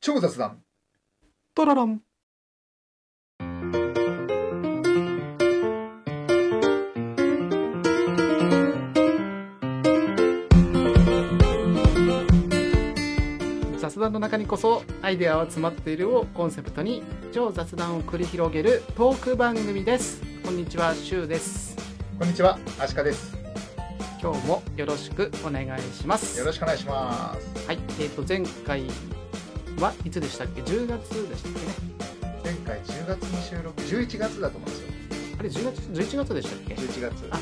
超雑談トロロン。雑談の中にこそアイデアは詰まっているをコンセプトに超雑談を繰り広げるトーク番組ですこんにちはシュウですこんにちはアシカです今日もよろしくお願いしますよろしくお願いしますはいえー、と前回はいつでしたっけ10月でしたっけね前回10月の収録11月だと思うんですよあれ10月11月でしたっけ11月あ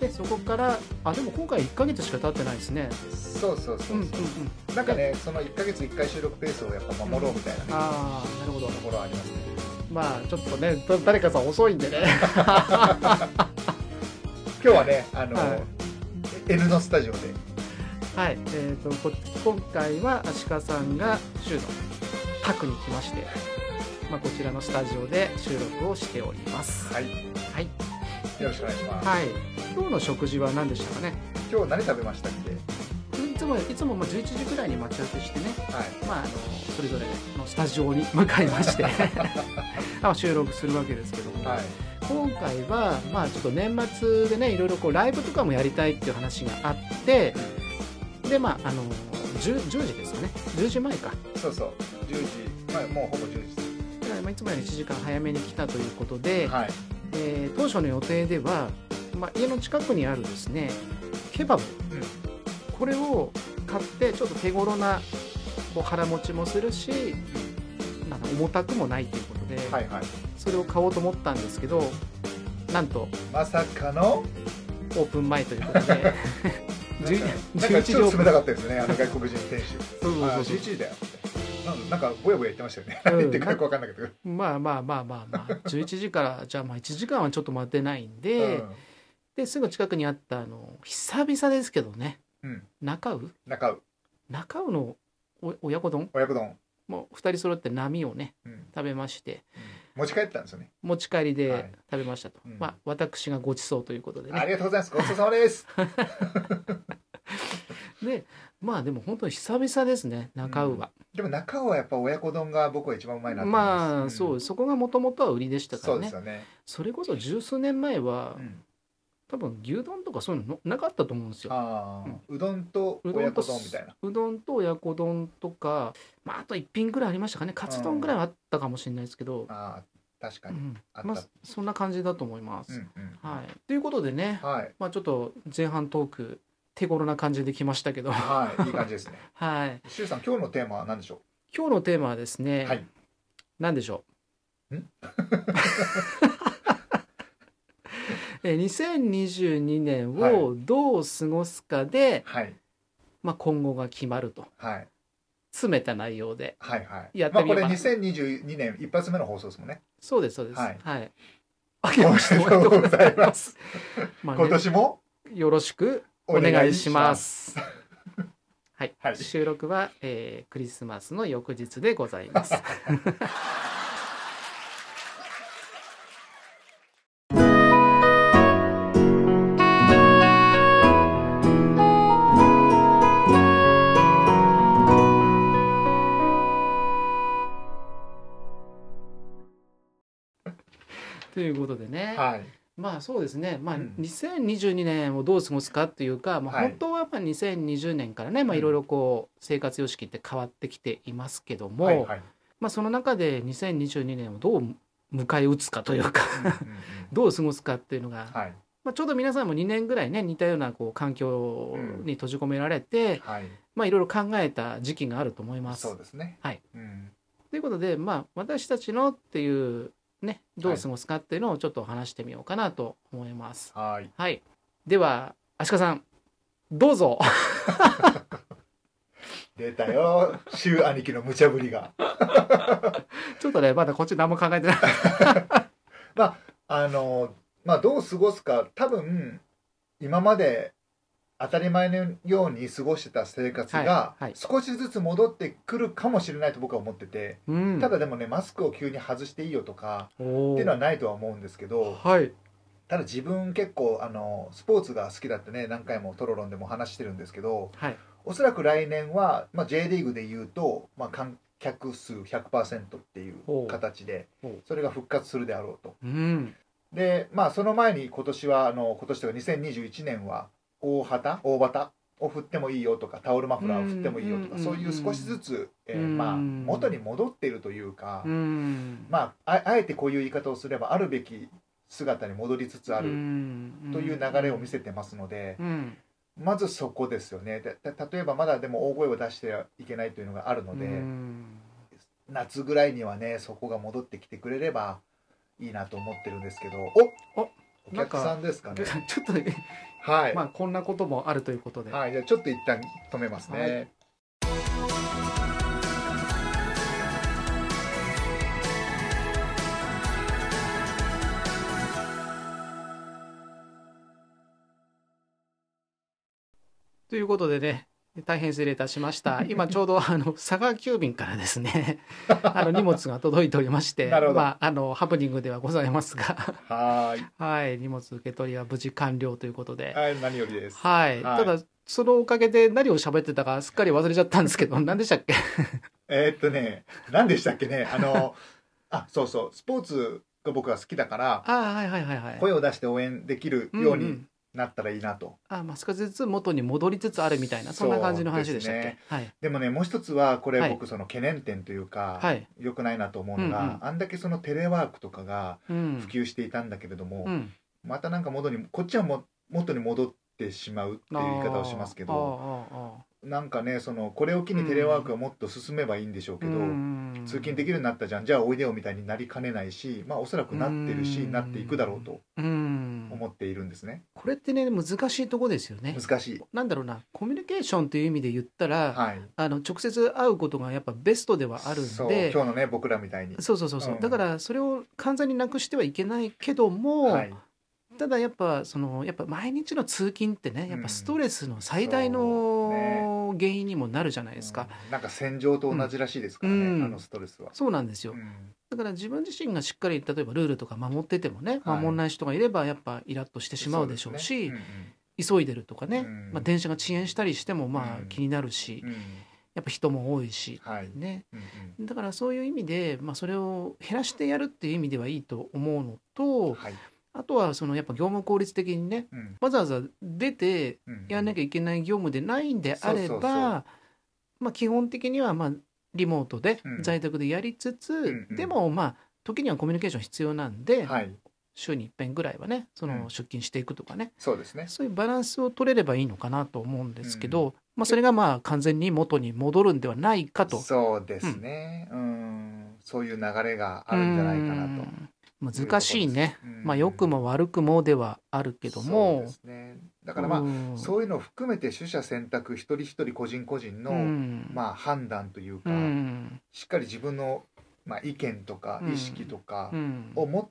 でそこからあでも今回1ヶ月しか経ってないですねそうそうそうそう、うんうんうんなんかねその1ヶ月1回収録ペースをやっぱ守ろうみたいな、ねああなるほどところはありますねまあちょっとねだ 誰かさん遅いんでね今日はねあの、はいエルのスタジオではいえー、とこ今回はアシカさんが州の宅に来まして、まあ、こちらのスタジオで収録をしておりますはいはい、よろしくお願いします、はい、今日の食事は何でしたかね今日何食べましたっけいつもいつもまあ11時ぐらいに待ち合わせしてねはいまあ、あのそれぞれのスタジオに向かいま してあ収録するわけですけども、はい今回は、まあ、ちょっと年末でねいろいろこうライブとかもやりたいっていう話があってでまああの 10, 10時ですかね10時前か、そうそう10時、まあ、もうほぼ10時でだからまあいつもより1時間早めに来たということすで、はいえー当初の予定では、まあ、家の近くにあるですねケバブ、うんこれを買ってちょっと手頃なこう腹持ちもするし、あの重たくもないということで、はいはいそれを買おうと思ったんですけどなんとまさかのオープン前ということ でなん11かなんか11時ちオょーっとプ冷ンたかったですねあの外国人店主そうそうそうあ11時だよってなんなんかぼやぼや言ってましたよねうん何言ってるかよく分かんなかったけど、まあまあまあまあまあ11 時からじゃあまあ1時間はちょっと待てないんうで、んですぐ近くにあったあの久々ですけどね、うん中尾中尾中尾のお親子丼親子丼、もう2人揃って波をねうんうん食べまして持ち帰ったんですよね持ち帰りはでい食べましたと、うんまあ私がごちそうということであねりがとうございますごちそうさまです でまあでも本当に久々ですね中尾は、でも中尾はやっぱ親子丼が僕は一番うまいなと思いますまあそう、んそこがもともとは売りでしたかそうらでねすよね、それこそ十数年前は、うん多分牛丼とかそういうのなかったと思うんですよああ、うどんとうど親んと子丼みたいなうどんと親子丼とか、まあ、あと一品ぐらいありましたかねカツ丼ぐらいはあったかもしれないですけど、ああ確かうに、んあったまあ、そんな感じだと思いまうす、んうんはい、ということでね、はいまあ、ちょっと前半トーク手頃な感じできましたけど ははいいい感じですねいしゅうさん今日のテーマは何でしょ今日のテーマはですね、はい何でしょうん え2022年をどう過ごすかで、うはいまあ、今後が決まるとはい詰めた内容ではいはい。やってみようまあこれ2022年一発目の放送ですもんね。そうですそうですはいはい、あけましておめでとうございます まあね今年もよろしくお願いしま。すはい、はい収録は、えークリスマスの翌日でございます ということでね、はい。まあそうですね、まあ、うん2022年をどう過ごすかっていうか、まあ、はい本当はまあ2020年からね、まあ、うんいろいろこう生活様式って変わってきていますけども、はいはい。まあ、その中で2022年をどう迎え撃つかというかうんうんうんどう過ごすかっていうのが、はいまあ、ちょうど皆さんも2年ぐらいね似たようなこう環境に閉じ込められて、はい。まあ、いろいろ考えた時期があると思います。そうですね。はいうん。ということで、まあ、私たちのっていう、ね、どう過ごすかっていうのをちょっと話してみようかなと思います。はい。はい。では、アシカさん、どうぞ。 出たよ。週兄貴の無茶ぶりが。ちょっとね、まだこっち何も考え てない。あのまあどう過ごすか多分今まで当たり前のように過ごしてた生活がはいはい少しずつ戻ってくるかもしれないと僕は思ってて、うん。ただでもねマスクを急に外していいよとかおー、っていうのはないとは思うんですけど、はい。ただ自分結構あのスポーツが好きだってね何回もトロロンでも話してるんですけどはい。おそらく来年は、まあ、J リーグで言うと、まあ、関客数100%っていう形でほうほうそれが復活するであろうとうんでまあその前に今年はあの今年というか2021年は大旗大旗を振ってもいいよとかタオルマフラーを振ってもいいよとうかんそういう少しずつ、えーうんまあ、元に戻っているというか、うんまあ、ああえてこういう言い方をすればあるべき姿に戻りつつあるという流れを見せてますので、うんまずそこですよねでで例えばまだでも大声を出してはいけないというのがあるので、うん夏ぐらいにはねそこが戻ってきてくれればいいなと思ってるんですけどおおお客さんですかね ちょっと、はい、まあこんなこともあるということで、はい、じゃあちょっと一旦止めますね、はいということでね大変失礼いたし ました今ちょうどあの佐川急便からですねあの荷物が届いておりましてなるほどまああのハプニングではございますがはーいはい荷物受け取りは無事完了ということではい何よりですはい、はいただそのおかげで何を喋ってたかすっかり忘れちゃったんですけど 何でしたっけえーっとね何でしたっけねあのあそうそうスポーツが僕は好きだからああはいはいはいはい声を出して応援できるんようんになったらいいなと、あまあ、少しずつ元に戻りつつあるみたいなそんな感じの話でしたっけ、そうではいでもねもう一つはこれはい僕その懸念点というか、はい良くないなと思うのが、うんうんあんだけそのテレワークとかがうん普及していたんだけれども、うんまたなんか元にこっちはも元に戻ってしまうっていう言い方をしますけどあーあーあなんかねそのこれを機にテレワークがもっと進めばいいんでしょうーけど、うん通勤できるようになったじゃんじゃあおいでよみたいになりかねないしまあおそらくなってるし、うんなっていくだろうとうん思っているんですねこれってね難しいとこですよね難しい、なんだろうなコミュニケーションという意味で言ったら、はい、あの直接会うことがやっぱベストではあるんそうで今日のね僕らみたいに、そうそうそうそう、うんだからそれを完全になくしてはいけないけども、はい、ただやっぱそのやっぱ毎日の通勤ってねやっぱストレスの最大うんの原因にもなるじゃないですか、うんなんか戦場と同じらしいですからね、うんあのストレスは、そうなんですようんだから自分自身がしっかり例えばルールとか守っててもね、はい守んない人がいればやっぱイラッとしてしまうでしょうしそですね急いでるとかね、うんまあ、電車が遅延したりしてもまうあん気になるし、うんうんやっぱ人も多いし、はい、うんね、うんだからそういう意味で、まあ、それを減らしてやるっていう意味ではいいと思うのとはいあとはそのやっぱ業務効率的にねうんわざわざ出てうんやんなきゃいけない業務でないんであそうれば、そうそうまあ、基本的にはまあリモートでうん在宅でやりつつ、んうんでもまあ時にはコミュニケーション必要なんで、はい週に一遍ぐらいはねそうのん出勤していくとかね、そうですねそういうバランスを取れればいいのかなと思うんですけど、まあ、それがまあ完全に元に戻るんではないかと。そうですねうんそういう流れがあるんじゃないかなとうん難しいね、うんまあ、良くも悪くもではあるけどそうもですねだからまあ、うんそういうのを含めて取捨選択一人一人個人個人の、うんまあ判断というか、うんしっかり自分の、まあ、意見とかうん意識とかうんを持って、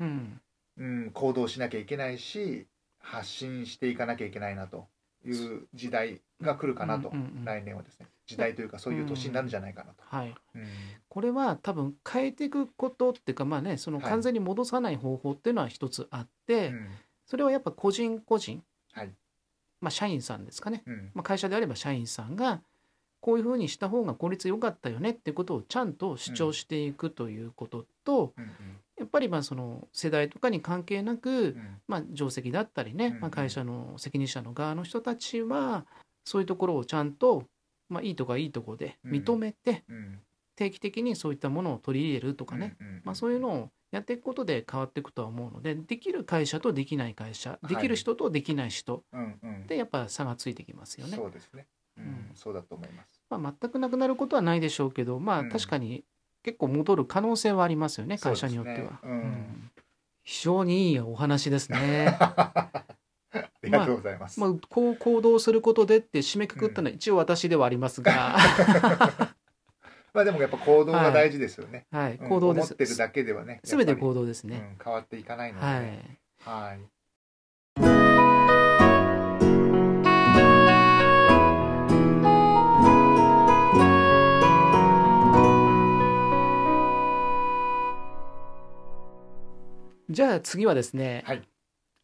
うんうん、行動しなきゃいけないし発信していかなきゃいけないなという時代が来るかなと、うんうんうん来年はですね時代というかそういう年になるんじゃないかなと、はい、うんこれは多分変えていくことっていうかまあねそのはい完全に戻さない方法っていうのは一つあって、うんそれはやっぱ個人個人、はいまあ、社員さんですかね、うんまあ、会社であれば社員さんがこういうふうにした方が効率良かったよねっていうことをちゃんと主張していくということと、うんやっぱりまあその世代とかに関係なく、うんうんまあ、定石だったりね、うんまあ、会社の責任者の側の人たちはそういうところをちゃんと、まあ、いいとかいいとこで認めて、うん定期的にそういったものを取り入れるとかね、うんんまあ、そういうのをやっていくことで変わっていくとは思うのでできる会社とできない会社いできる人とできない人うんうんでやっぱ差がついてきますよね。そうですね、うんうんそうだと思い ますまあ、全くなくなることはないでしょうけど、まうあ、ん確かに結構戻る可能性はありますよね会社によっては。そうですねうんうん非常にいいお話です ね。ありがとうございます、まあ、こう行動することでって締めくくったのは一応私ではありますが、 まあでもやっぱ行動が大事ですよね、はい、うん行動で思すっ。てるだけではねすべてこ行動ですうね。ん、変わっていかないのではね、い。はいじゃあ次はですね、はい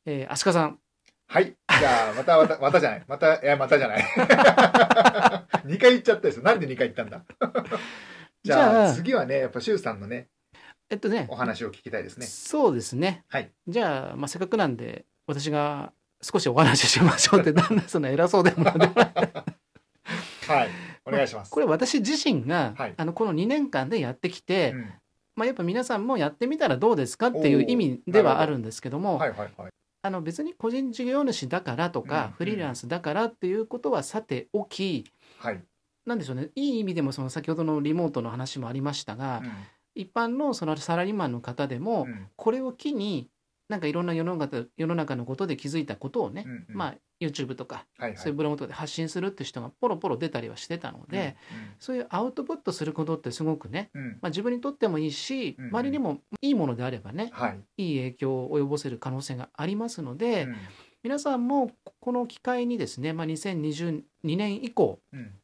えー、足利さん、はい。じゃあ、また、また、またじゃない。 また、いや、またじゃない。2回言っちゃったです。なんで2回言ったんだじゃじゃああ次はねやっぱ周さんのねえっとねお話を聞きたいですねそうですね、はいじゃあ、まあ、せっかくなんで私が少しお話ししまし ょうってだんだんその偉そうでもなんでもないはいお願いしますこれ私自身が、はいあのこの2年間でやってきて、うんまあ、やっぱ皆さんもやってみたらどうですかっていう意味ではあるんですけどもはいはいはいあの別に個人事業主だからとか、うんフリーランスだからっていうことはさておきはい、なんでしょうねいい意味でもその先ほどのリモートの話もありましたが、一般のそのサラリーマンの方でも、うんうんこれを機になんかいろんな世の中世の中のことで気づいたことをね、うんうんまあ、YouTube とかはいはいそういうブログとかで発信するって人がポロポロ出たりはしてたので、そういうアウトプットすることってすごくね、うんうんまあ、自分にとってもいいしうんうん周りにもいいものであればねはい、いい影響を及ぼせる可能性がありますので、うん皆さんもこの機会にですね、まあ、2022年以降うん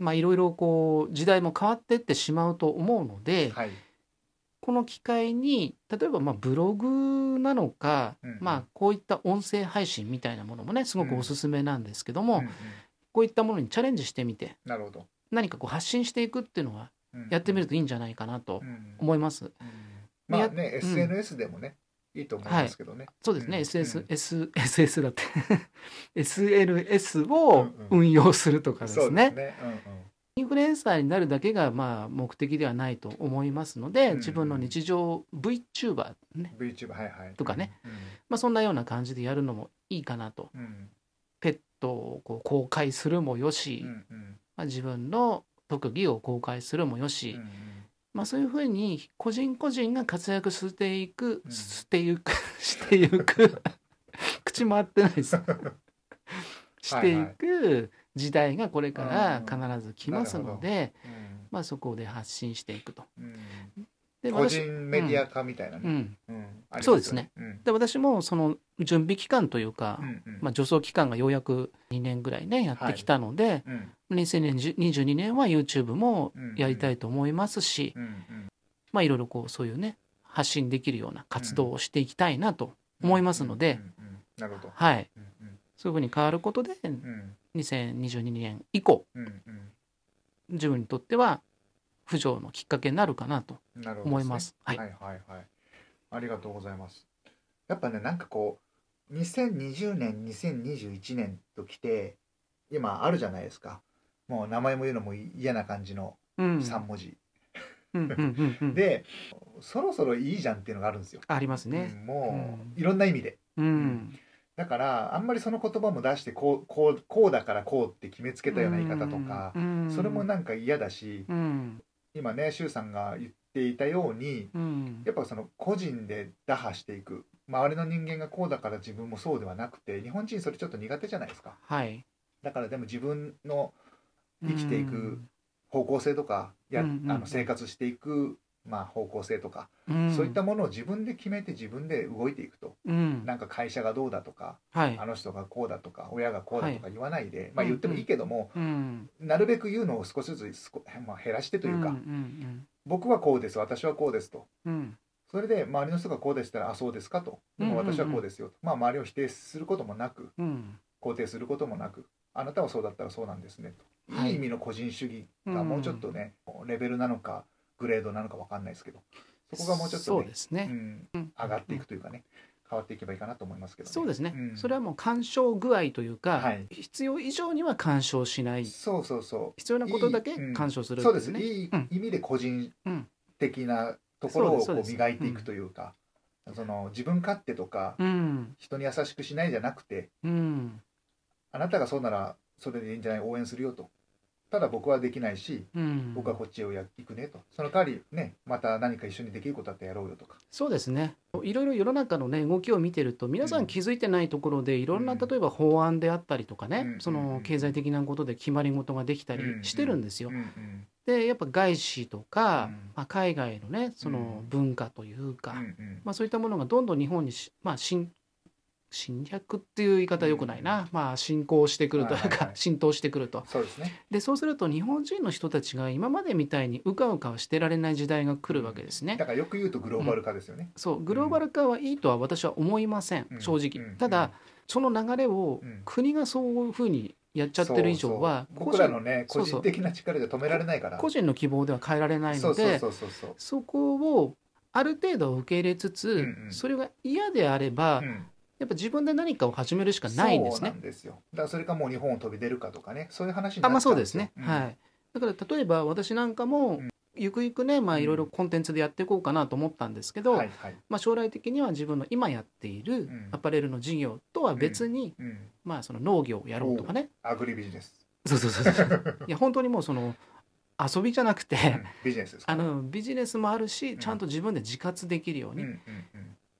まあいろいろこう時代も変わってってしまうと思うので、はいこの機会に例えばまあブログなのか、うんまあ、こういった音声配信みたいなものもねすごくおすすめなんですけども、うんうんこういったものにチャレンジしてみてなるほど、何かこう発信していくっていうのはうんやってみるといいんじゃないかなとうんうん思います。まあやね、うん SNS でもねいいと思いますけどね、そうですね、うんう SS ん S SS だって SLS を運用するとかですね,、そうですね、うんうんインフルエンサーになるだけがまあ目的ではないと思いますので、うん自分の日常 VTuber ね、 VTuber はいはいとかね、まあ、そんなような感じでやるのもいいかなとうんうんペットをこう公開するもよし、うんうんまあ、自分の特技を公開するもよし、うんまあ、そういうふうに個人個人が活躍していく、うんしていく していく 口回ってないです していく時代がこれから必ず来ますので、うんまあ、そこで発信していくと。うんで個私人メディア化みたいなうね、ん、うんありまよそうですね、うんで私もその準備期間というか、うんうんまあ、助走期間がようやく2年ぐらいねやってきたので、うん2022年は YouTube もやりたいと思いますし、うんうんまあいろいろこうそういうね発信できるような活動をしていきたいなと、思いますのでうんうんうんなるほど、はいうんうんそういうふうに変わることでうん2022年以降うんう自分にとっては浮上のきっかけになるかなとんなるほどですね思います。は、はいいはいはいありがとうございますやっぱねなんかこう2020年2021年ときて今あるじゃないですかもう名前も言うのも嫌な感じのうん3文字、うんうんうんう んでそろそろいいじゃんっていうのがあるんですよ、ありますねうんもう、ういろんな意味でうんだからあんまりその言葉も出してこうこうこうだからこうって決めつけたような言い方とか、うんそれもなんか嫌だしうん今ね周さんが言っていたようにうんやっぱその個人で打破していく周りの人間がこうだから自分もそうではなくて日本人それちょっと苦手じゃないですかはいだからでも自分の生きていく方向性とかや、うんうんあの生活していく、まあ、方向性とか、うんそういったものを自分で決めて自分で動いていくとうんなんか会社がどうだとかはいあの人がこうだとか親がこうだとか言わないで、まうあん言ってもいいけども、うんなるべく言うのを少しずつ少、まあ、減らしてというか、んん僕はこうです私はこうですとうんうんそれで周りの人がこうでしたらあそうですかとでもうんうんうん私はこうですよと、まあ周りを否定することもなくうん肯定することもなくあなたはそうだったらそうなんですねと、はいい、い意味の個人主義がもうちょっとね、レベルなのかグレードなのかわかんないですけどそこがもうちょっとそうねですね、うんうん上がっていくというかね変わっていけばいいかなと思いますけど、そうですね、うんそれはもう干渉具合というか、はい必要以上には干渉しないそうそうそう必要なことだけいいうん干渉するってそういですねいいうん意味で個人うん的なところをこそうでうすそうです磨いていくというか、その自分勝手とか、うん人に優しくしないじゃなくてうんあなたがそうならそれでいいんじゃない応援するよとただ僕はできないしうん僕はこっちをや行くねとその代わりねまた何か一緒にできることあってやろうよとかそうですねいろいろ世の中のね動きを見てると皆さうんん気づいてないところでいろんな例えば法案であったりとかね、うんその経済的なことで決まり事ができたりしてるんですよ。うんうんでやっぱ外資とか、うんまあ、海外のねそうのん文化というか、うんうんまあ、そういったものがどんどん日本にし、まあ、侵侵略っていう言い方はよくないな、まあ、侵攻してくるというか、はいはいはい 浸透してくるとそうですねでそうすると日本人の人たちが今までみたいにうかうかはしてられない時代が来るわけですね。だからよく言うとグローバル化ですよね、そうグローバル化はいいとは私は思いません、うん正直、うんただその流れをうん国がそういうふうにやっちゃってる以上はそうそう僕らのね個個人そうそう人的な力じゃ止められないから個人の希望では変えられないそのうそうでそうそうそうそこをある程度受け入れつつ、うんうんそれが嫌であれば、うんやっぱ自分で何かを始めるしかないんですそうねな。んですよだからそれかもう日本を飛び出るかとかねそういう話になあっまあそうですちゃね、んようんはいだから例えば私なんかも、んゆくゆくねまあうんいろいろコンテンツでやっていこうかなと思ったんですけど、はいはいまあ、将来的には自分の今やっているんアパレルの事業とは別に、うんまあその農業をやろうとかねアグリビジネス、そうそうそうそう いや本当にもうその遊びじゃなくて、 うんビジネスですかあのビジネスもあるしんちゃんと自分で自活できるよううんに、うんうん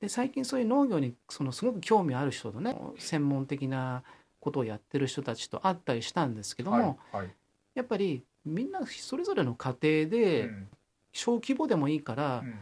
で最近そういう農業にそのすごく興味ある人とね専門的なことをやってる人たちと会ったりしたんですけども、はいはいやっぱりみんなそれぞれの家う庭でん小規模でもいいからうん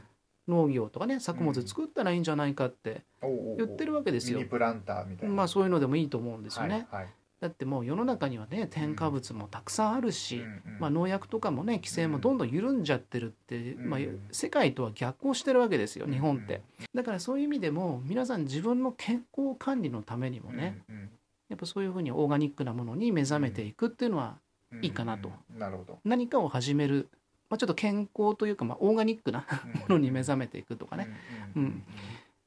農業とかね作物作ったらいいんじゃないかっておうおうおう言ってるわけですよミニプランターみたいなまあそういうのでもいいと思うんですよね。はいはいだってもう世の中にはね添加物もたくさんあるし、うんうんまあ、農薬とかもね規制もどんどん緩んじゃってるって、うんまあ、世界とは逆行してるわけですよ日本っうてん。だからそういう意味でも皆さん自分の健康管理のためにもねうんうんやっぱそういうふうにオーガニックなものに目覚めていくっていうのはうんいいかなとうんなるほ ど何かを始める、まあ、ちょっと健康というか、まあ、オーガニックなものに目覚めていくとかね、うんうん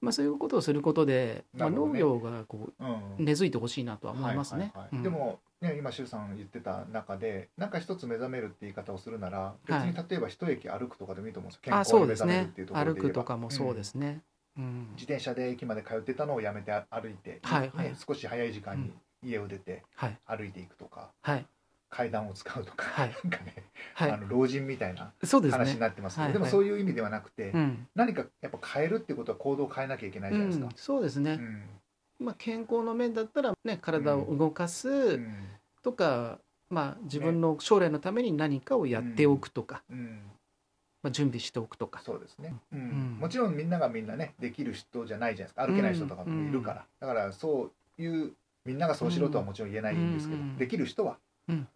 まあ、そういうことをすることで、まあ、なるほど農ね業がこうんうんう根付いてほしいなとは思いますねはは。ういんでも、ね、今周さん言ってた中でなんか一つ目覚めるって言い方をするなら別に例えば一駅歩くとかでもいいと思うんですよ、健あ康そにう目です覚めるっねていうところ歩で言えばくとかもそうでんすね。うん自転車で駅まで通ってたのをやめてあ歩いて、はいはいね少し早い時間に家を出てはい歩いていくとかはい階段を使うとか、はいなんかね、はあいの老人みたいなそうです話にね。なってますけど、はいでもはいそういう意味ではなくて、うん何かやっぱ変えるってことは行動を変えなきゃいけないじゃうないですかん、。そうですね、うんまあ、健康の面だったら、ね、体を動かすとか、まあ、自分の将来のために何かをやっておくとか、うんうんまあ、準備しておくとかそうですね、うんんもちろんみんながみんなねできる人じゃないじゃないですか歩けない人とかもいるから、だからそういうみんながそうしろとはもちろん言えないんですけど、うんできる人は、うん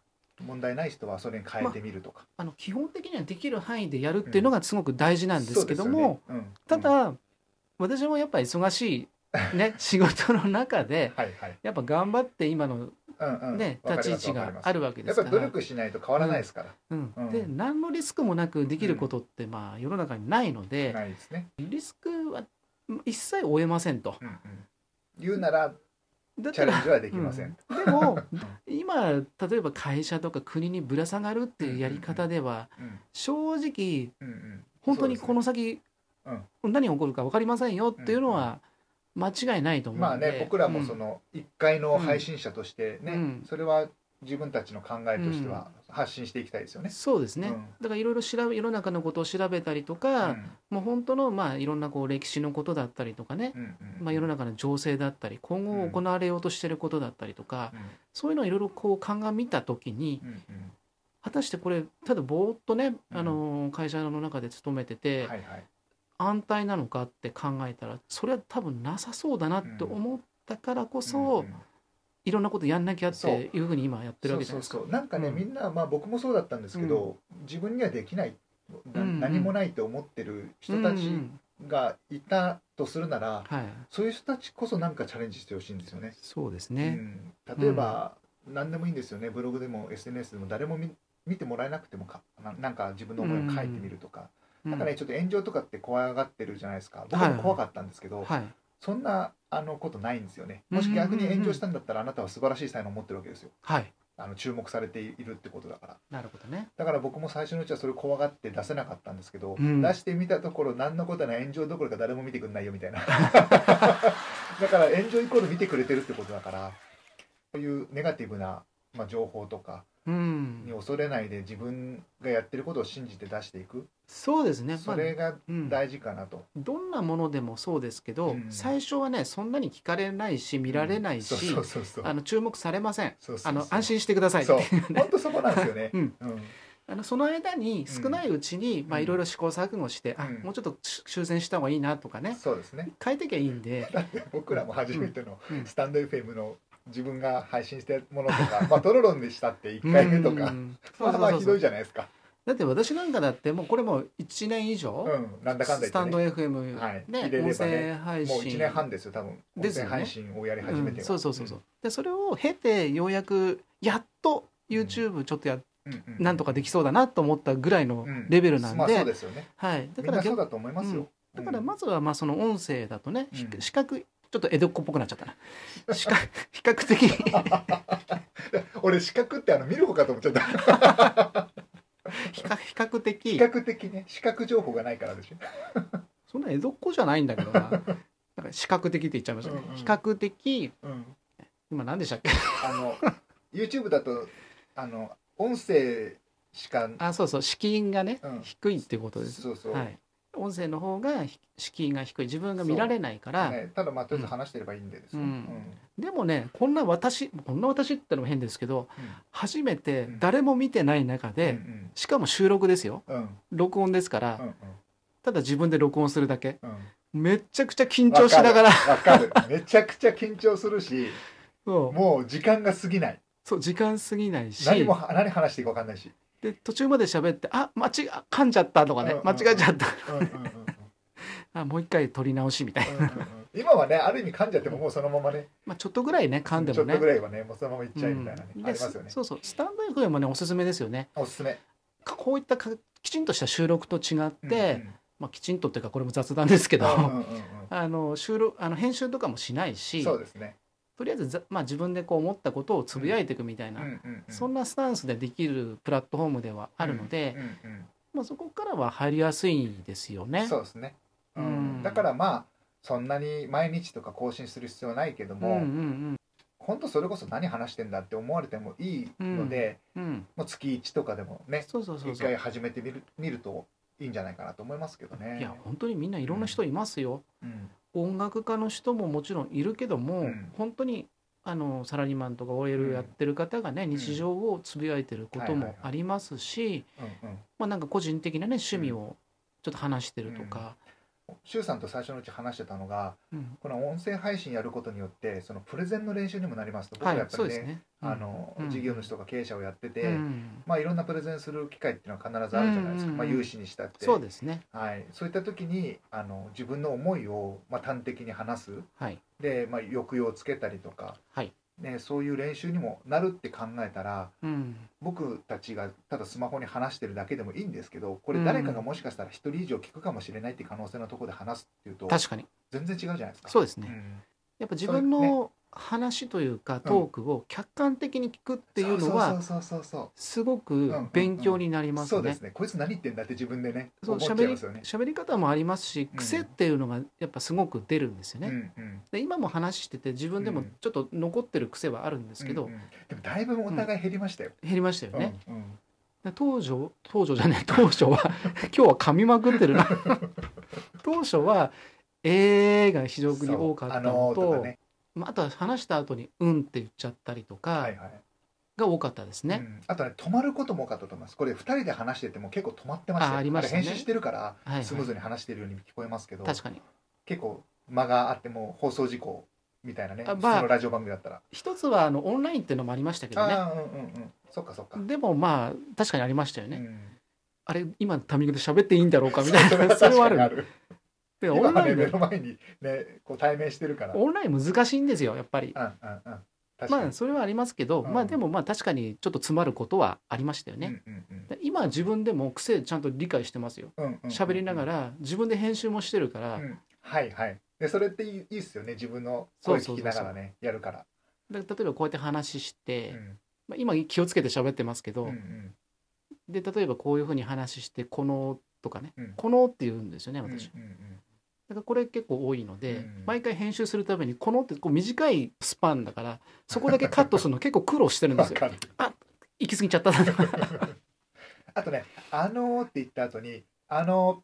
問題ない人はそれに変えてみるとか、あの基本的にはできる範囲でやるっていうのがすごく大事なんですけども、そうですよねた、うんだ、私もやっぱ忙しい、 ね、仕事の中ではいはいやっぱ頑張って今の、うんうんねわか立りち位ますわかり置がますあるわけでやっすぱかり努ら、力しないと変わらないですから、うんうんで何のリスクもなくできることってまあ世の中にないので、ないですね、リスクは一切負えませんと。うんうん、言うならだっチャたレンらジはできません、でも今例えば会社とか国にぶら下がるっていうやり方ではうん正直うんうん、本当にこの先、そうです何起こるか分かりませんよっていうのは間違いないと思うまあので、ね僕らもそうんの1回の配信者としてね、うんそれは自分たちの考えとしては発信していきたいですよね。そうですね、うんだからいろいろ調べ世の中のことを調べたりとうんか、もう本当のまあいろんなこう歴史のことだったりとかね、うんうんまあ、世の中の情勢だったり今後行われようとしてることだったりとか、うんそういうのをいろいろこう鑑みた時にうんうん果たしてこれただぼーっとね、うんあのー会社の中で勤めてて、はいはい安泰なのかって考えたらそれは多分なさそうだなって思ったからこそ、うんうんいろんなことやんなきゃっそうていうふうに今やってそるわうけじそゃないうですか。そうなんかね、うんみんな、まあ、僕もそうだったんですけど、自分にはできないなうんうん何もないと思ってる人たうんうちんがいたとするなら、はい、そういう人たちこそなんかチャレンジしてほしいんですよね。そうですうね、ん、例えば、何でもいいんですよねブログでも SNS でも誰も見見てもらえなくてもかななんか自分の思いを書いてみるとか、だからねちょっと炎上とかって怖がってるじゃないですか僕も怖かったんですけど、うんはい、そんなあのことないんですよねもし逆に炎上したんだったらあなたは素晴らしい才能を持ってるわけですよはい、あの注目されているってことだからなるほどね。だから僕も最初のうちはそれを怖がって出せなかったんですけど、うん出してみたところ何のことはない炎上どころか誰も見てくれないよみたい なだから炎上イコール見てくれてるってことだからこういうネガティブな、まあ、情報とかうんに、恐れないで自分がやってることを信じて出していくそうですね、まそあれがうん、大事かなと、どんなものでもそうですけど、うん最初はねそんなに聞かれないし見られないし、そうそうそうそうあの注目されません。そうそうそうあの安心してくださいってそういうね。本当そこなんですよねうん、うん あのその間に少ないうちに、んまあいろいろ試行錯誤して、あうんもうちょっと修正した方がいいなとかねそうですね。変えてきゃいいん で、僕らも初めてのうんスタンド FM の自分が配信したものと か、まあトロロンでしたって1回目とうか、んそうまあそうまそあひうそどういじゃないですか。だって私なんかだってもうこれもう1年以上、うん、なんだかんだスタ言ンってね。ド FM、はいね入れればね音声配信もう1年半ですよ、多分。ですよね音声配信をやり始めてうはんそうそうそうそうでそれを経てようやくやっと YouTube ちょっとやうんうんなんとかできそうだなと思ったぐらいのレベルなんまあで、そうですよねはい、だみかんらなそう逆だと思いますよ、だからまずはまあその音声だとね、ひうん視覚ちょっと江戸っ子っぽくなっちゃ ったな視覚比較的に俺視覚ってあの見る方かと思っちゃった比較比較比的較的ね視覚情報がないからでしょそんな江戸っ子じゃないんだけどななんか視覚的って言っちゃいましたね、うんうん比較的うん今何でしたっけあの YouTube だとあの音声しかあそうそう敷居がね、うん低いってことですそうそう、はい音声の方がひ敷居が低い自分が見られないから、ね、ただまあとりあえず話してればいいんでですね、うんでもねこんな私こんな私ってのも変ですけど初めて誰も見てない中で、うんうんしかも収録ですようんうん録音ですから、うんただ自分で録音するだけうんめっちゃくちゃ緊張しながらわかるめちゃくちゃ緊張するしそうもう時間が過ぎないそう時間過ぎないし何も何話していいか分かんないし、で途中まで喋ってあ間違噛んじゃったとかねうんうん間違えちゃったうんうんうんうんあもう一回撮り直しみたいな、うんうんうん今はねある意味噛んじゃってももうそのままねまあ、ちょっとぐらいね噛んでちょもっねとぐらいはねもうそのままいっちゃえみたいなね、うんありますよねそうそうスタンド FM もねおすすめですよねおすすめかこういったかきちんとした収録と違って、うんまあ、きちんとっていうかこれも雑談ですけど、うんうんうんうん あの収録あの編集とかもしないうんしそうですね、とりあえずざ、まあ、自分でこう思ったことをつぶやいていくみたいうんな、うんうん、そんなスタンスでできるプラットフォームではあるので、うんうんまあ、そこからは入りやすいですよね。そうですね、うんうんだからまあそんなに毎日とか更新する必要はないけどうんも、うん本当それこそ何話してんだって思われてもいいので、うんうん、もう月1とかでもねそうそうそう一そう回始めてみる見るといいんじゃないかなと思いますけどね。いや本当にみんないろんな人いますよ、うん音楽家の人ももちろんいるけども、うん本当にあのサラリーマンとか OL やってる方がね、日常をつぶやいてることもありますし、うんうんまあ、なんか個人的なね趣味をちょっと話してるとか、周さんと最初のうち話してたのがうんこの音声配信やることによってそのプレゼンの練習にもなりますと僕はらやいっぱそうりでね,、すね。うんあのうん事業主とか経営者をやってて、うんまあ、いろんなプレゼンする機会っていうのは必ずあるじゃないですか、うんうんうんまあ、有志にしたってそうですねはい、そういった時にあの自分の思いを、まあ、端的に話すはいで、まあ、抑揚をつけたりとか、はいね、そういう練習にもなるって考えたらうん僕たちがただスマホに話してるだけでもいいんですけどこれうん誰かがもしかしたら1人以上聞くかもしれないって可能性のところで話すっていうと確かに全然違うじゃないですか。そうですね、うんやっぱ自分の話というかトークを客観的に聞くっていうのはそうそうそうそうすごく勉強になりそうまそすうでねす。ねこいつ何言ってんだって自分でねそう思っちゃい喋りますよね。喋り方もありますしうん癖っていうのがやっぱすごく出るんですよね。うんうんで今も話してて自分でうもんちょっと残ってる癖はあるんですけど、うんうんでもだいぶお互い減りましたよ。減りましたよね。うんうんで東条東条じゃない 当初は今日は噛みまくっ てるな当初は「えー」が非常に多かったそうあののーととかねまああとは話した後に「うん」って言っちゃったりとかはいはいが多かったですうね。んあとね止まることも多かったと思いますこれ2人で話してても結構止まってましたよあありましたねあれ編集してるからはいはいスムーズに話してるように聞こえますけど、確かに結構間があってもう放送事故みたいなねあ普通まあのラジオ番組だったら、一つはあのオンラインっていうのもありましたけどねああうんうんうんそっかそっか、でもまあ確かにありましたよね、うんあれ今のタイミングで喋っていいんだろうかみたい なそ確れはかあにるでオ今ンラはイねン目での前にねこう対面してるからうんうんオンライン難しいんですよやっぱりうん確かまあに、それはありますけど、うんまあでもまあ確かにちょっと詰まることはありましたよね、うんうんうんで今自分でも癖ちゃんと理解してますようんうんうん喋りながら自分で編集もしてるから,、うんはいはいでそれっていいいいっすよね自分の声聞きながらねやるから、で例えばこうやって話して、うんまあ、今気をつけて喋ってますけど、うんうんで例えばこういうふうに話して「この」とかねうん「この」って言うんですよねうん私、うんうんだからこれ結構多いので、うん毎回編集するためにこのってこう短いスパンだからそこだけカットするの結構苦労してるんでわすよかる行き過ぎちゃった なとかあとね「あのー」って言った後に「あのー」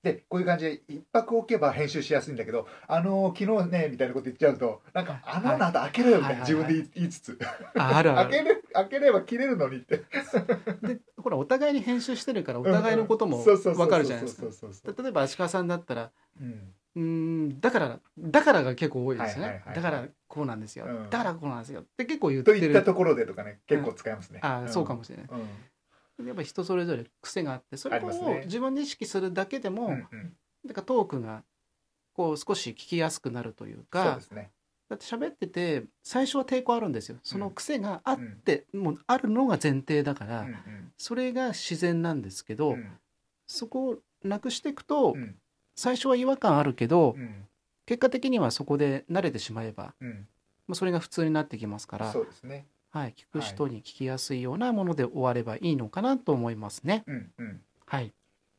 でこういう感じで一泊置けば編集しやすいんだけど「あのー、昨日ね」みたいなこと言っちゃうとなんか「あのー」の後開けろよみたいなはい自はい分はいで言いつつああるあ開けるれ開ければ切れるのにってでほらお互いに編集してるからお互いのこと もそうそうそうそう分かるじゃないですかそうそうそう例えば足利さんだったらうんうーんだからだからが結構多いですよね、はいはいはいだからこうなんですよ、うんだからこうなんですよって結構言っとてるいったところでとかね結構使いますねああそうかももしれない、うんやっぱ人それぞれ癖があってそれありをますね自分で意識するだけでも、うんうんなんかトークがこう少し聞きやすくなるというそうかですねだって喋ってて最初は抵抗あるんですよその癖があっうんて、もうあるのが前提だから、うんそれが自然なんですけど、うんそこをなくしていくと、うん最初は違和感あるけど、うん結果的にはそこで慣れてしまえば、うんまあ、それが普通になってきますから、そうですねはい、聞く人に聞きやすいようなもので終わればいいのかなと思いますね。うんうんはい、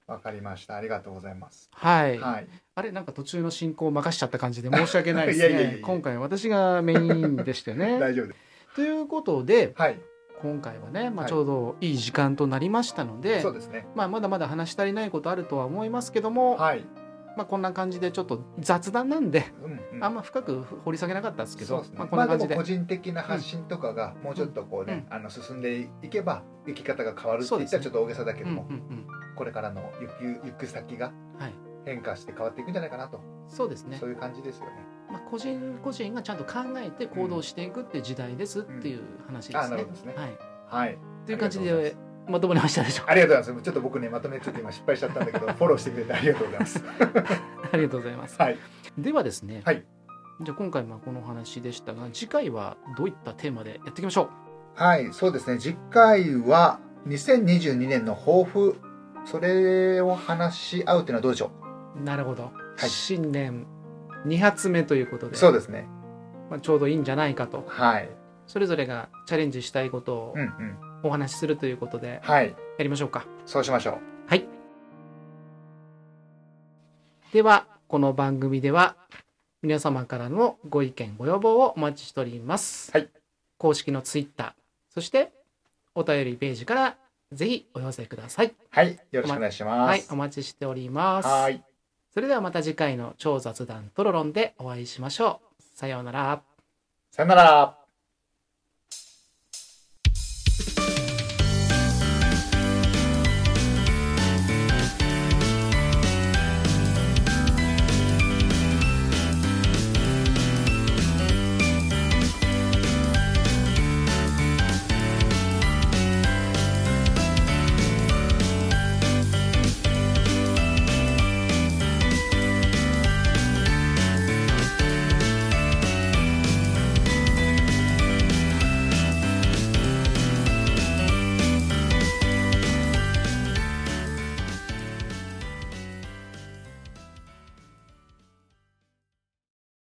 わかりましたありがとうございますはいはいあれなんか途中の進行を任しちゃった感じで申し訳ないですね いやいやいや今回私がメインでしたよ ね。大丈夫ですということではい今回はね、まはあ、いちょうどいい時間となりましたので、そうですねまあ、まだまだ話し足りないことあるとは思いますけども、はいまあ、こんな感じでちょっと雑談なんで、うんうんあんま深く掘り下げなかったですけそど、うですねまあ、こんまなあで感じもで、個人的な発信とかがもうちょっとこうね、あの進んでいけば生き方が変わるって言ったらちょっと大げさだけうどんも、うんこれからの行く行く先がうんはい、変化して変わっていくんじゃないかなと、そうですねそう、いう感じですよね。まあ、個人個人がちゃんと考えて行動していくっていう時代ですっていう話ですね。あなるほどですねはい、はい。という感じありがとうございでまとまりましたでしょうかありがとうございます。ちょっと僕ねまとめちょっと今失敗しちゃったんだけどフォローしてくれてありがとうございます。ありがとうござい ます。はい。ではですね、はいじゃあ今回はこのお話でしたが次回はどういったテーマでやっていきましょうはい、そうですね。次回は2022年の抱負それを話し合うっていうのはどうでしょなるほど、い新年2発目ということう。でそうですね。まあ、ちょうどいいんじゃないかとはい。それぞれがチャレンジしたいことをうんうん。お話しするということではい。やりましょうか、そうしましょう。はいではこの番組では皆様からのご意見ご要望をお待ちしております、はい公式のツイッターそしてお便りページからぜひお寄せくださいはい。よろしくお願いしまはいす。お待ちしておりますはい。それではまた次回の超雑談トロロンでお会いしましょうさようならさよなら。